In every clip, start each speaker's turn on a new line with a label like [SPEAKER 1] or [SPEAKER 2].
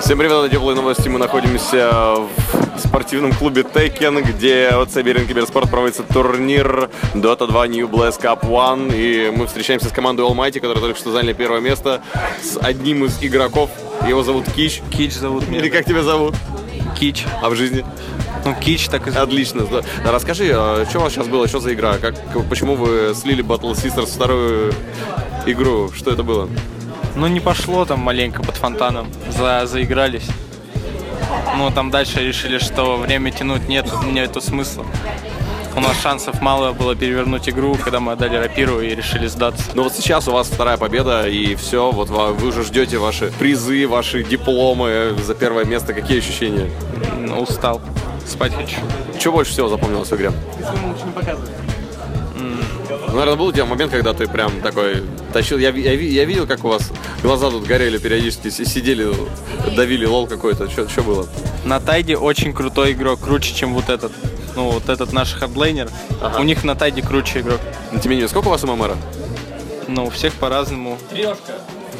[SPEAKER 1] Всем привет, на теплые новости. Мы находимся в спортивном клубе Тейкен, где от Сибирин Киберспорт проводится турнир Dota 2 New Blast Cup One. И мы встречаемся с командой Almighty, которая только что заняла первое место, с одним из игроков. Его зовут Кич.
[SPEAKER 2] Кич зовут меня.
[SPEAKER 1] Или как тебя зовут?
[SPEAKER 2] Кич.
[SPEAKER 1] А в жизни?
[SPEAKER 2] Ну, Кич так и зовут.
[SPEAKER 1] Отлично. Да. Да, Расскажи, а что у вас сейчас было, что за игра? Как, почему вы слили Battle Sisters вторую игру? Что это было?
[SPEAKER 2] Ну, не пошло там маленько под фонтаном. За, заигрались. Ну, там дальше решили, что время тянуть нет, нету смысла. У нас шансов мало было перевернуть игру, когда мы отдали рапиру и решили сдаться.
[SPEAKER 1] Ну вот сейчас у вас вторая победа, и все, вот ва- вы уже ждете ваши призы, ваши дипломы за первое место. Какие ощущения?
[SPEAKER 2] Ну, устал. Спать хочу.
[SPEAKER 1] Чего больше всего запомнилось в игре? Ну, Наверное, был у тебя момент, когда ты прям такой тащил. Я, ви- я, ви- я видел, как у вас глаза тут горели периодически, си- сидели, давили лол какой-то. Что было?
[SPEAKER 2] На Тайде очень крутой игрок, круче, чем вот этот. Ну, вот этот наш хардлейнер. У них на Тайде круче игрок.
[SPEAKER 1] Но, тем не менее, сколько у вас ММР?
[SPEAKER 2] Ну, у всех по-разному.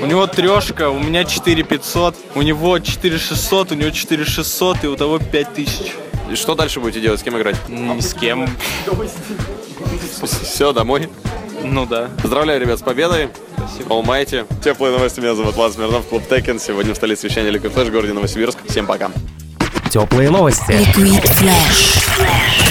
[SPEAKER 2] У него трешка, у меня 4500, у него 4600, у него 4600 и у того 5000.
[SPEAKER 1] И что дальше будете делать? С кем играть?
[SPEAKER 2] Ни с кем.
[SPEAKER 1] Все, домой.
[SPEAKER 2] Ну да.
[SPEAKER 1] Поздравляю, ребят, с победой. Спасибо. Теплые новости. Меня зовут Влад Смирнов, клуб Текен. Сегодня в столице вещания Liquid Flash в городе Новосибирск. Всем пока.
[SPEAKER 3] Теплые новости.
[SPEAKER 4] Liquid Flash.